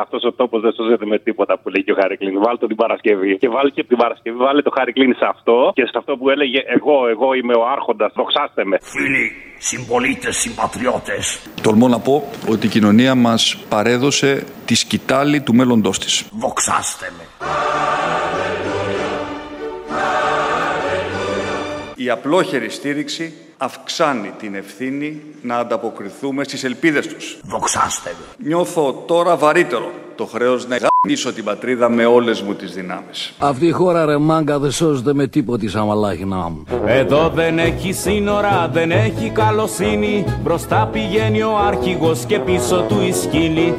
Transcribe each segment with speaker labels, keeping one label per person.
Speaker 1: αυτός ο τόπος δεν σώζεται με τίποτα που λέει και ο Χάρη Κλίν. Βάλτε την Παρασκευή. Και βάλει και την Παρασκευή, βάλε το Χάρη Κλίν σε αυτό και σε αυτό που έλεγε Εγώ, εγώ είμαι ο Άρχοντας, δοξάστε με.
Speaker 2: Φίλοι, συμπολίτες, συμπατριώτες.
Speaker 3: Τολμώ να πω ότι η κοινωνία μας παρέδωσε τη σκητάλη του μέλλοντός της.
Speaker 2: Δοξάστε με.
Speaker 4: Η απλόχερη στήριξη αυξάνει την ευθύνη να ανταποκριθούμε στις ελπίδες τους.
Speaker 2: Δοξάστε με.
Speaker 4: Νιώθω τώρα βαρύτερο το χρέος να γαμίσω την πατρίδα με όλες μου τις δυνάμεις.
Speaker 5: Αυτή η χώρα ρε μάγκα δεν σώζεται με τίποτη σαν μαλάχινά μου.
Speaker 6: Εδώ δεν έχει σύνορα, δεν έχει καλοσύνη. Μπροστά πηγαίνει ο άρχηγος και πίσω του η σκύλη.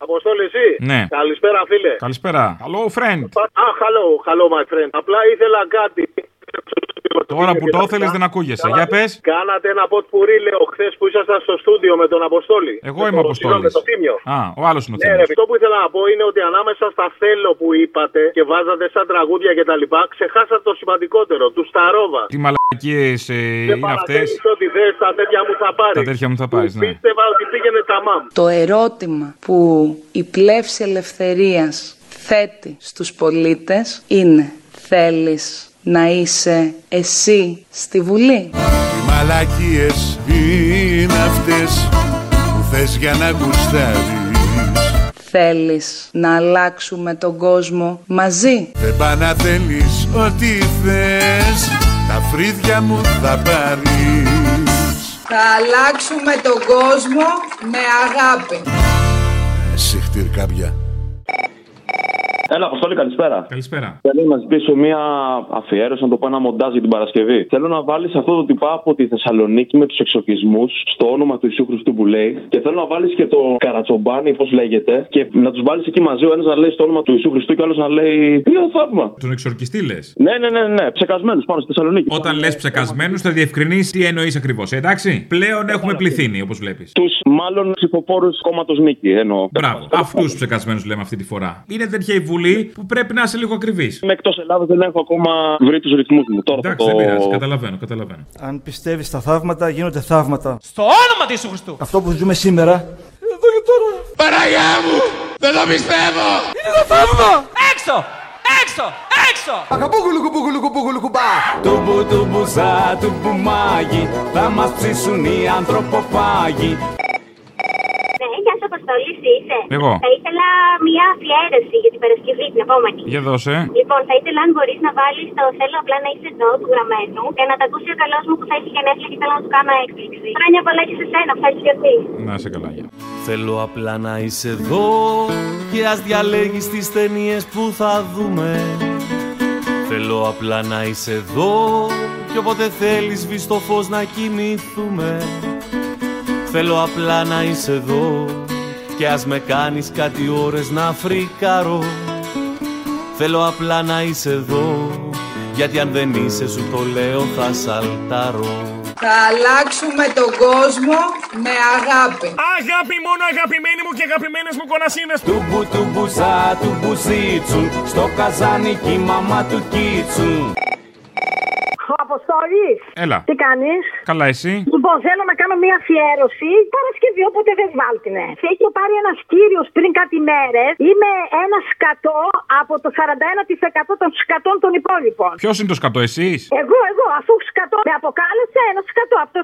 Speaker 7: Αποστόλη, εσύ.
Speaker 8: Ναι.
Speaker 7: Καλησπέρα, φίλε.
Speaker 8: Καλησπέρα. Hello, friend.
Speaker 7: Α, hello, hello, my friend. Απλά ήθελα κάτι.
Speaker 8: Τώρα που το ήθελε δεν ακούγεσαι. Για πες.
Speaker 7: Κάνατε ένα ποτ που λέω χθες που ήσασταν στο στούντιο με τον Αποστόλη.
Speaker 8: Εγώ
Speaker 7: Με
Speaker 8: είμαι
Speaker 9: Λοιπόν,
Speaker 7: τον
Speaker 8: Αποστόλης.
Speaker 7: Ρωσίνο, Με το Θήμιο.
Speaker 8: Α, ο άλλος είναι ο
Speaker 7: Ναι, ρε,
Speaker 8: Θήμιος.
Speaker 7: αυτό που ήθελα να πω είναι ότι ανάμεσα στα θέλω που είπατε και βάζατε σαν τραγούδια και τα λοιπά, ξεχάσατε το σημαντικότερο, τους Σταρόβα.
Speaker 8: Τι μαλακίες είναι αυτές.
Speaker 7: παρατήρησε ότι δεν στα τέτοια μου θα πάρεις.
Speaker 8: Τα τέτοια μου θα πάρεις, ναι.
Speaker 7: Πίστευα ότι πήγαινε τα μάμ.
Speaker 10: Το ερώτημα που η πλεύση ελευθερίας θέτει στους πολίτες είναι «Θέλεις να είσαι εσύ στη Βουλή»
Speaker 11: Οι μαλακίες είναι αυτές που θες για να γουστάρεις
Speaker 10: «Θέλεις να αλλάξουμε τον κόσμο μαζί»
Speaker 11: Δεν πά να θέλεις ό,τι θες Τα φρύδια μου θα πάρεις
Speaker 10: «Θα αλλάξουμε τον κόσμο με αγάπη»
Speaker 11: Ε, Συχτήρ κάποια
Speaker 9: Έλα, Αποστόλη, καλησπέρα.
Speaker 8: Καλησπέρα.
Speaker 9: Θέλω να ζητήσω μία αφιέρωση, να το πω ένα μοντάζ για την Παρασκευή. Θέλω να βάλεις αυτό το τυπά από τη Θεσσαλονίκη με τους εξοχισμού στο όνομα του Ιησού Χριστού που λέει. Και θέλω να βάλεις και το Καρατσομπάνι, πώς λέγεται. Και να τους βάλεις εκεί μαζί ο ένας να λέει στο όνομα του Ιησού Χριστού και ο άλλος να λέει. Τι ωραίο θαύμα.
Speaker 8: Τον εξορκιστή λες.
Speaker 9: Ναι, ναι, ναι, ναι. Ψεκασμένους πάνω στη Θεσσαλονίκη.
Speaker 8: Όταν λες ψεκασμένους, θα διευκρινίσεις τι εννοείς ακριβώς. Εντάξει.
Speaker 9: Ε,
Speaker 8: Πλέον έχουμε πληθύνει, όπως βλέπεις.
Speaker 9: Τους μάλλον ψηφοφόρους κόμματος Νίκη εννοώ.
Speaker 8: Μπράβο. Αυτού του ψεκασμένους λέμε αυτή τη φορά. Είναι τέτοια η Βουλή που πρέπει να είσαι λίγο ακριβής.
Speaker 9: Είμαι εκτός Ελλάδας, δεν έχω ακόμα βρει τους ρυθμούς μου. Τώρα θα
Speaker 8: Εντάξει, δεν πειράζει.
Speaker 9: το.
Speaker 8: Καταλαβαίνω, καταλαβαίνω.
Speaker 12: Αν πιστεύεις στα θαύματα, γίνονται θαύματα.
Speaker 13: Στο όνομα του Ιησού Χριστού.
Speaker 12: Αυτό που ζούμε σήμερα. Εδώ και τώρα.
Speaker 13: Παραγιά μου! Δεν το πιστεύω! Είναι το θαύμα! Έξω! Έξω! Έξω!
Speaker 12: Ακαμπούκουλου κουμπούκουλου κουμπούκουλου κουμπά.
Speaker 6: Τούμπου τούμπουζα, τουμπουμάγι. Θα μας ψήσουν οι ανθρωποφάγοι.
Speaker 14: Ναι, γεια σα, Αποστολή είσαι.
Speaker 8: Εγώ.
Speaker 14: Θα ήθελα μια αφιέρωση για την Παρασκευή, την επόμενη.
Speaker 8: Για δώσε.
Speaker 14: Λοιπόν, θα ήθελα αν μπορείς να βάλεις το θέλω απλά να είσαι εδώ του γραμμένου και να τα ακούσει ο καλός μου που θα έχει γενέθλια και θέλω να του κάνω έκπληξη. Χρόνια πολλά και σε σένα, ευχαριστώ και αυτή.
Speaker 8: Να σε καλά, γεια.
Speaker 6: Θέλω απλά να είσαι εδώ και ας διαλέγεις τις ταινίες που θα δούμε. Θέλω απλά να είσαι εδώ και όποτε θέλεις βγεις στο φως να κοιμηθούμε. Θέλω απλά να είσαι εδώ και ας με κάνεις κάτι ώρες να φρικάρω. Θέλω απλά να είσαι εδώ γιατί αν δεν είσαι σου το λέω θα σαλτάρω.
Speaker 10: «Θα αλλάξουμε τον κόσμο με αγάπη»
Speaker 6: Αγάπη μόνο αγαπημένοι μου και αγαπημένες μου κονασίνες Του μπου του μπουζά του μπουζίτσου Στο καζάνι κι η μαμά του κίτσου
Speaker 15: Αποστολή!
Speaker 8: Έλα.
Speaker 15: Τι κάνεις.
Speaker 8: Καλά, εσύ.
Speaker 15: Λοιπόν, θέλω να κάνω μια αφιέρωση. Παρασκευή, όποτε δεν σβάλτινε. Σε είχε πάρει ένας κύριος πριν κάτι μέρες. Είμαι ένας σκατό από το 41% των σκατών των υπόλοιπων.
Speaker 8: Ποιος είναι το σκατό, εσείς.
Speaker 15: Εγώ, εγώ, αφού σκατό με αποκάλεσε, ένας σκατό από το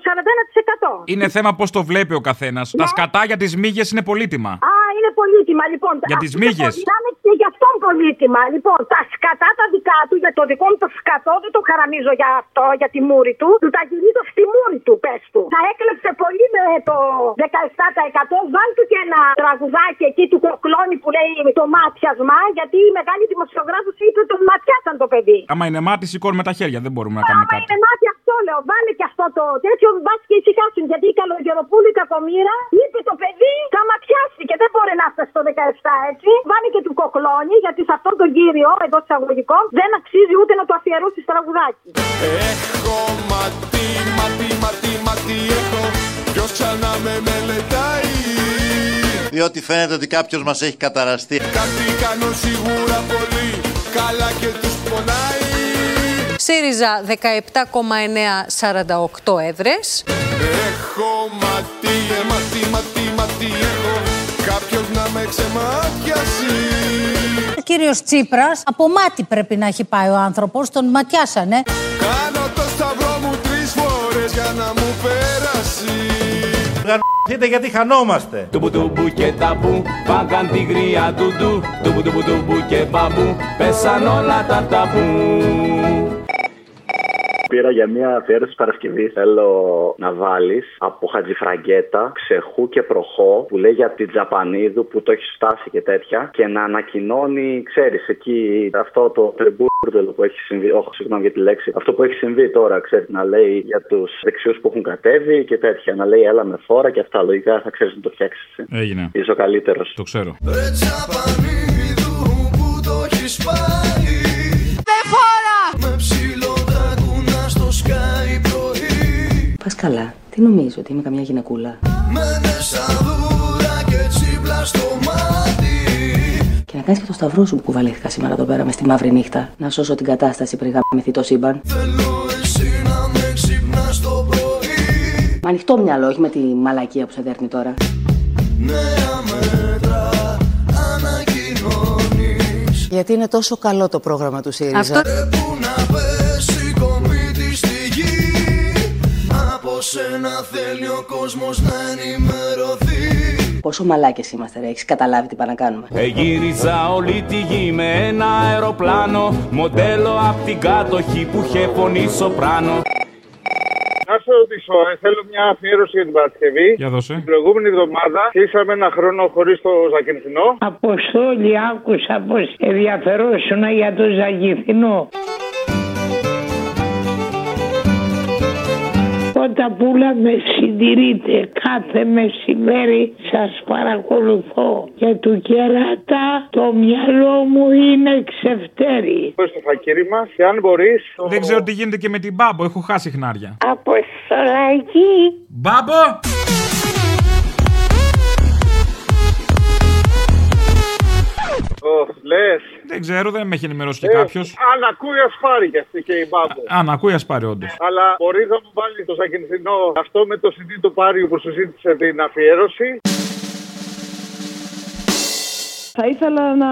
Speaker 15: 41%.
Speaker 8: Είναι θέμα πώς το βλέπει ο καθένας. Τα σκατά για τις μύγες είναι πολύτιμα.
Speaker 15: Α, είναι πολύτιμα, λοιπόν.
Speaker 8: Για τις
Speaker 15: Αυτό το
Speaker 8: μύγες.
Speaker 15: πολυτάμε και για αυτόν πολύτιμα. Λοιπόν, τα σκατά τα δικά του, για το δικό μου το σκατό, δεν το χαραμίζω για αυτό, για τη μούρη του. Του τα γυρίζω στη μούρη του, πες του. Θα έκλεψε πολύ με το 17%. Βάλ του και ένα τραγουδάκι εκεί του κοκλώνη που λέει το μάτιασμα, γιατί η μεγάλη δημοσιογράφο είπε ότι τον ματιάσαν το παιδί.
Speaker 8: Άμα είναι μάτι, σηκώνουμε τα χέρια. Δεν μπορούμε να κάνουμε
Speaker 15: Άμα
Speaker 8: κάτι.
Speaker 15: είναι μάτι αυτό, λέω, βάλε και αυτό το τέτοιο, μπα και ησυχάσουν. Γιατί η Καλογεροπούλη η κακομήρα είπε το παιδί θα ματιάσει και δεν μπορεί να φτάσει στο 17 έτσι. Βάλε και του κοκλώνει, γιατί σε αυτόν τον κύριο, εντό εισαγωγικών, δεν αξίζει ούτε να του αφιερώσει τραγουδάκι.
Speaker 16: Έχω ματί, ματί, ματί, ματί έχω Ποιος ξανά με μελετάει
Speaker 17: Διότι φαίνεται ότι κάποιος μας έχει καταραστεί.
Speaker 16: Κάτι κάνω σίγουρα πολύ Καλά και τους πονάει
Speaker 18: ΣΥΡΙΖΑ 17,948 έδρες.
Speaker 16: Έχω ματί, ε, ματί, ματί, ματί έχω Κάποιος να με
Speaker 2: με ξεμάτιασει
Speaker 19: Κύριος Τσίπρας, από μάτι πρέπει να έχει πάει ο άνθρωπος, τον ματιάσανε.
Speaker 2: Κάνω το σταυρό μου τρεις φορές για να μου περάσει
Speaker 6: Γαμ***τε γιατί χανόμαστε. Τουμπου τουμπου και ταμπού, φάγαν τη γρία ντουντού. Τουμπου τουμπου τουμπου και μπαμπού, πέσαν όλα τα ταμπού.
Speaker 20: Πήρα για μια αφιέρωση Παρασκευή. Θέλω να βάλεις από Χατζηφραγκέτα, ξεχού και προχώ που λέει για την Τζαπανίδου που το έχει φτάσει και τέτοια και να ανακοινώνει, ξέρεις, εκεί αυτό το τρεμπούρδελο που έχει συμβεί. Όχι, συγγνώμη για τη λέξη. Αυτό που έχει συμβεί τώρα, ξέρεις, να λέει για τους δεξιούς που έχουν κατέβει και τέτοια. Να λέει έλα με φόρα και αυτά. Λογικά θα ξέρεις να το φτιάξεις.
Speaker 8: Έγινε.
Speaker 20: Είσαι ο καλύτερος.
Speaker 8: Το ξέρω.
Speaker 2: Ρε τσαπανίδου που το έχεις πάει
Speaker 13: Με φόρα!
Speaker 2: Με ψηλό τακουνά στο σκάι πρωί
Speaker 21: Πας καλά. Τι νομίζω ότι είμαι καμιά γυναικούλα.
Speaker 2: Με νεσαδούρα και τσίπλα στο μάτι
Speaker 21: Και να κάνεις και το σταυρό σου που κουβαλήθηκα σήμερα εδώ πέρα με στη μαύρη νύχτα. Να σώσω την κατάσταση πριν γαμηθεί το σύμπαν.
Speaker 2: Θέλω εσύ να με ξυπνάς το πρωί
Speaker 21: Με ανοιχτό μυαλό, όχι με τη μαλακία που σε δέρνει τώρα.
Speaker 2: Νέα μέτρα ανακοινώνεις
Speaker 22: Γιατί είναι τόσο καλό το πρόγραμμα του ΣΥΡΙΖΑ.
Speaker 2: Ρε που να πέσει η κομή της στη γη Από σένα θέλει ο κόσμος να ενημερωθεί
Speaker 21: Πόσο μαλάκες είμαστε, ρε. Έχεις καταλάβει τι πάνε να κάνουμε.
Speaker 6: Εγύριζα Ε, όλη τη γη με ένα αεροπλάνο Μοντέλο απ' την κάτοχη που είχε φωνή σοπράνο
Speaker 23: Να σε ρωτήσω, ε, θέλω μια αφιέρωση για την Παρασκευή.
Speaker 8: Για δώσε.
Speaker 23: Την προηγούμενη εβδομάδα κλείσαμε ένα χρόνο χωρίς το Ζακυνθινό.
Speaker 24: Αποστόλη, άκουσα πως ενδιαφερόσουνα για το Ζαγιθινό. Όταν πουλάμε συντηρείτε κάθε μεσημέρι σας παρακολουθώ και του κερατά το μυαλό μου είναι ξεφτέρι.
Speaker 23: Πες στο φακύρι μας και αν μπορείς.
Speaker 8: Δεν ξέρω τι γίνεται και με την μπάμπο. Έχω χάσει χνάρια.
Speaker 24: Αποστολακή.
Speaker 8: Μπάμπο!
Speaker 23: Λες.
Speaker 8: Δεν ξέρω, δεν με έχει ενημερώσει και κάποιο.
Speaker 23: Ε, Αν ακούει, ας πάρει και αυτή και η μπάμπο.
Speaker 8: Αν ακούει, ας πάρει όντως.
Speaker 23: Αλλά μπορείς να μου βάλεις το Ζακυνθινό αυτό με το CD του Πάριου που σου ζήτησε την αφιέρωση.
Speaker 10: Θα ήθελα να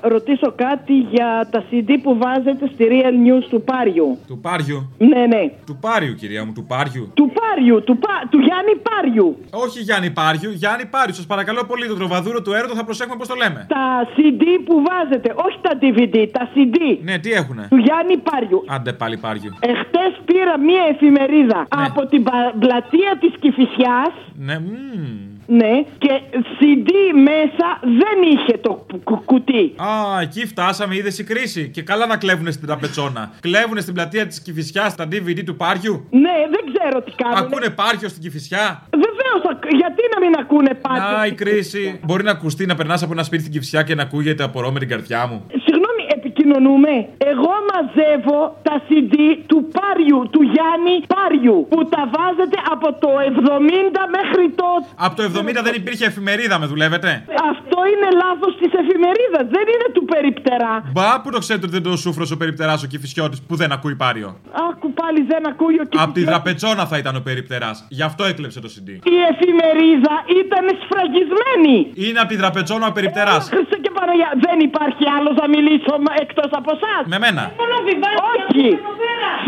Speaker 10: ρωτήσω κάτι για τα CD που βάζετε στη Real News του Πάριου.
Speaker 8: Του Πάριου.
Speaker 10: Ναι, ναι.
Speaker 8: Του Πάριου, κυρία μου, του Πάριου.
Speaker 10: Του Πάριου, του, Πα... του Γιάννη Πάριου.
Speaker 8: Όχι Γιάννη Πάριου, Γιάννη Πάριου. Σας παρακαλώ πολύ, το τροβαδούρο του έρωτο θα προσέχουμε πώς το λέμε.
Speaker 10: Τα CD που βάζετε, όχι τα DVD, τα CD
Speaker 8: Ναι, τι έχουνε.
Speaker 10: του Γιάννη Πάριου.
Speaker 8: Άντε πάλι Πάριου.
Speaker 10: Εχθές πήρα μία εφημερίδα από την πα- πλατεία της Κηφισιάς
Speaker 8: Ναι, μμμ.
Speaker 10: ναι, και CD μέσα δεν είχε το κου- κου- κουτί.
Speaker 8: Α, εκεί φτάσαμε, είδες η κρίση. Και καλά να κλέβουνε στην ταπετσόνα. κλέβουνε στην πλατεία της Κυφυσιά τα DVD του Πάριου.
Speaker 10: Ναι, δεν ξέρω τι κάνουν.
Speaker 8: Ακούνε Πάριο στην Κυφυσιά.
Speaker 10: Βεβαίως, γιατί να μην ακούνε πάντα.
Speaker 8: Να η κρίση. Μπορεί να ακουστεί να περνάς από ένα σπίτι στην Κυφυσιά και να ακούγεται απορώ με την καρδιά μου.
Speaker 10: Συγγνώμη, επικοινωνούμε. Εγώ μαζεύω τα CD του Πάριου, του Γιάννη Πάριου, που τα βάζετε από το 70 μέχρι το...
Speaker 8: Από το 70 δεν υπήρχε εφημερίδα, με δουλεύετε.
Speaker 10: Αυτό είναι λάθος της εφημερίδας, δεν είναι του περιπτερά.
Speaker 8: Μπα που το ξέρετε ότι δεν το σούφρο ο περιπτεράς ο Κυφυσιώτη που δεν ακούει Πάριο.
Speaker 10: Άκου πάλι δεν ακούει ο
Speaker 8: Από τη
Speaker 10: Κυφισιώτης.
Speaker 8: δραπετσόνα θα ήταν ο περιπτεράς. Γι' αυτό έκλεψε το CD.
Speaker 10: Η εφημερίδα ήταν σφραγισμένη.
Speaker 8: Είναι από τη δραπετσόνα ο περιπτεράς.
Speaker 10: Χριστέ και Παναγιά, δεν υπάρχει άλλος να μιλήσω μα- εκτός από εσάς.
Speaker 8: Με μένα.
Speaker 10: Όχι.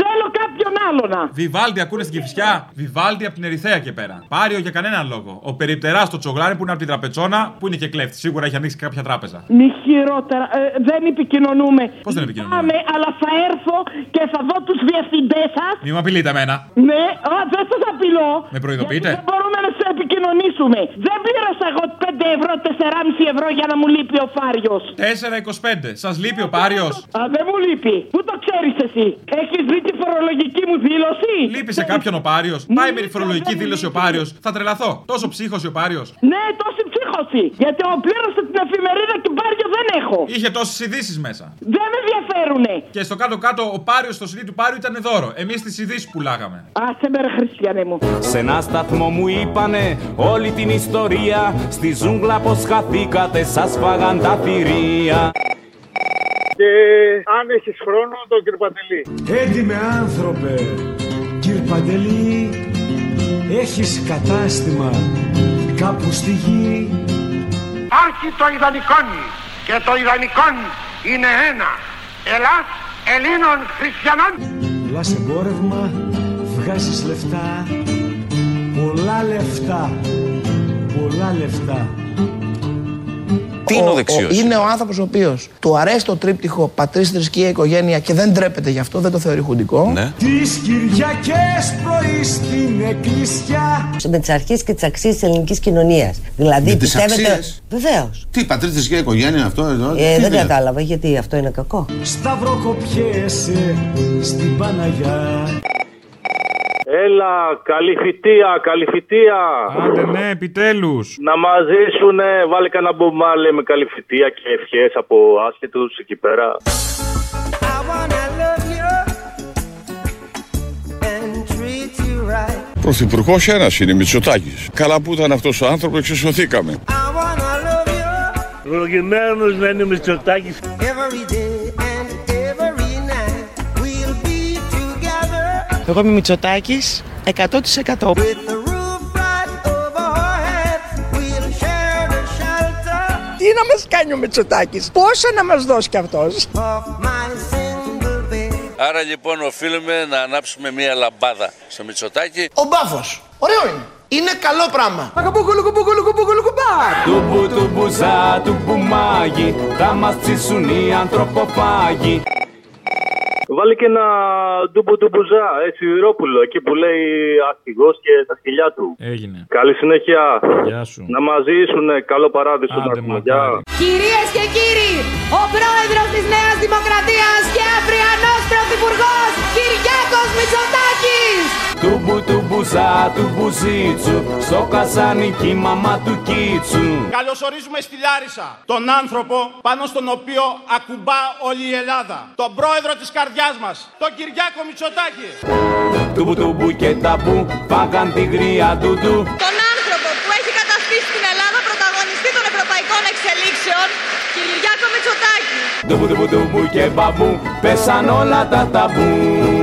Speaker 10: Θέλω κάποιον άλλος να.
Speaker 8: Βιβάλτι, ακούνε στην Κυφσιά. Βιβάλτι από την Ερυθέα και πέρα. Πάριο για κανέναν λόγο. Ο περιπτεράς στο τσογλάρι που είναι από την τραπετσόνα που είναι και κλέφτης. Σίγουρα έχει ανοίξει κάποια τράπεζα.
Speaker 10: Μη χειρότερα. Ε, δεν επικοινωνούμε.
Speaker 8: Πώς δεν επικοινωνούμε.
Speaker 10: Πάμε, αλλά θα έρθω και θα δω τους διευθυντές σας.
Speaker 8: Μη μου απειλείτε εμένα.
Speaker 10: Ναι, α, δεν σας απειλώ.
Speaker 8: Με προειδοποιείτε.
Speaker 10: Δεν μπορούμε να σε επικοινωνήσουμε. Δεν πήρασα εγώ 5 ευρώ, 4,5 ευρώ για να μου λείπει ο Φάριος.
Speaker 8: 4.25. Σας λείπει ο Πάριος.
Speaker 10: Α, δεν μου λείπει. Πού το ξέρεις εσύ. Έχεις δει τη φορολογική μου δήλωση.
Speaker 8: Λείπει σε κάποιον ο Πάριος. Πάει με τη φορολογική δήλωση ο Πάριος. Θα τρελαθώ. Τόσο ψύχο ο Πάριος.
Speaker 10: Ναι, τόση ψύχωση. Γιατί ο πλήρωσε την εφημερίδα και Πάριο δεν έχω.
Speaker 8: Είχε τόσες ειδήσεις μέσα.
Speaker 10: Δεν με ενδιαφέρουνε.
Speaker 8: Και στο κάτω-κάτω ο Πάριος στο CD του Πάριου ήταν δώρο. Εμείς τις ειδήσεις πουλάγαμε.
Speaker 10: Άσε με ρε Χριστιανέ μου.
Speaker 6: Σε ένα σταθμό μου είπανε όλη την ιστορία Στη ζούγκλα πως χαθήκατε σας φάγαν τα θηρία
Speaker 23: Και αν έχεις χρόνο, τον κυρπατελή.
Speaker 25: Έντιμε άνθρωπε, κύρ Παντελή, έχεις κατάστημα κάπου στη γη
Speaker 2: Άρχι το ιδανικόν και το ιδανικόν είναι ένα. Ελλάς Ελλήνων Χριστιανών.
Speaker 26: Πουλά εμπόρευμα, βγάζεις λεφτά. Πολλά λεφτά. Πολλά λεφτά.
Speaker 27: Τι είναι ο δεξιός? είναι ο άνθρωπος ο οποίος του αρέσει το τρίπτυχο πατρί, θρησκεία, οικογένεια και δεν τρέπεται γι' αυτό, δεν το θεωρεί χουντικό. Ναι.
Speaker 26: Τις Κυριακές πρωί στην εκκλησιά.
Speaker 18: με τις αρχές και τις αξίες της ελληνικής κοινωνίας. Δηλαδή
Speaker 28: Με τις
Speaker 18: πιστεύετε.
Speaker 28: αξίες?
Speaker 18: Βεβαίως.
Speaker 28: Τι πατρίδε θρησκεία οικογένεια αυτό εδώ.
Speaker 18: Ε,
Speaker 28: τι
Speaker 18: δεν
Speaker 28: είναι?
Speaker 18: κατάλαβα γιατί αυτό είναι κακό.
Speaker 26: Σταυροκοπιέσαι στην Παναγιά.
Speaker 29: Έλα, καλή φυτεία, καλή φυτεία.
Speaker 30: Άντε ναι, επιτέλους.
Speaker 29: Να μαζίσουνε, βάλε κανένα μπουμάλε με καλή φυτεία και ευχές από άσχετους εκεί πέρα.
Speaker 8: Πρωθυπουργός ένας είναι, Μητσοτάκης. Καλά που ήταν αυτός ο άνθρωπος, εξισωθήκαμε.
Speaker 31: Ευλογημένος να είναι ο Μητσοτάκης.
Speaker 15: Εγώ είμαι Μητσοτάκης, 100%. Τι να μας κάνει ο Μητσοτάκης, πόσα να μας δώσει κι αυτός.
Speaker 32: Άρα λοιπόν οφείλουμε να ανάψουμε μία λαμπάδα στο Μητσοτάκι.
Speaker 27: Ο μπάφος. Ωραίο είναι. Είναι καλό πράγμα.
Speaker 6: Τουμπου τουμπουζά τουμπουμάγι Θα μας ψήσουν οι ανθρωποφάγοι
Speaker 29: Βάλε και ένα ντουμπου ντουμπουζά, έτσι, Ηρόπουλο, εκεί που λέει αρχηγός και τα σκυλιά του.
Speaker 30: Έγινε.
Speaker 29: Καλή συνέχεια.
Speaker 30: Γεια σου.
Speaker 29: Να μαζίσουνε, καλό παράδεισο να έχουμε. Γεια.
Speaker 10: Κυρίες και κύριοι, ο πρόεδρος της Νέας Δημοκρατίας και αυριανός πρωθυπουργός Κυριάκος Μητσοτάκης.
Speaker 6: Τουμπου τουμπουζά τουμπουζίτσου Στο καζανική μαμά του κίτσου
Speaker 33: Καλωσορίζουμε στη Λάρισα τον άνθρωπο πάνω στον οποίο ακουμπά όλη η Ελλάδα. Τον πρόεδρο της καρδιάς μας, τον Κυριάκο Μητσοτάκη.
Speaker 6: Τουμπου τουμπου και ταμπού Φάγαν τη γρία του του
Speaker 10: Τον άνθρωπο που έχει καταστήσει την Ελλάδα πρωταγωνιστή των ευρωπαϊκών εξελίξεων, Κυριάκο Μητσοτάκη.
Speaker 6: Τουμπου τουμπου τουμπου και μπαμπού Πέσαν όλα τα ταμπού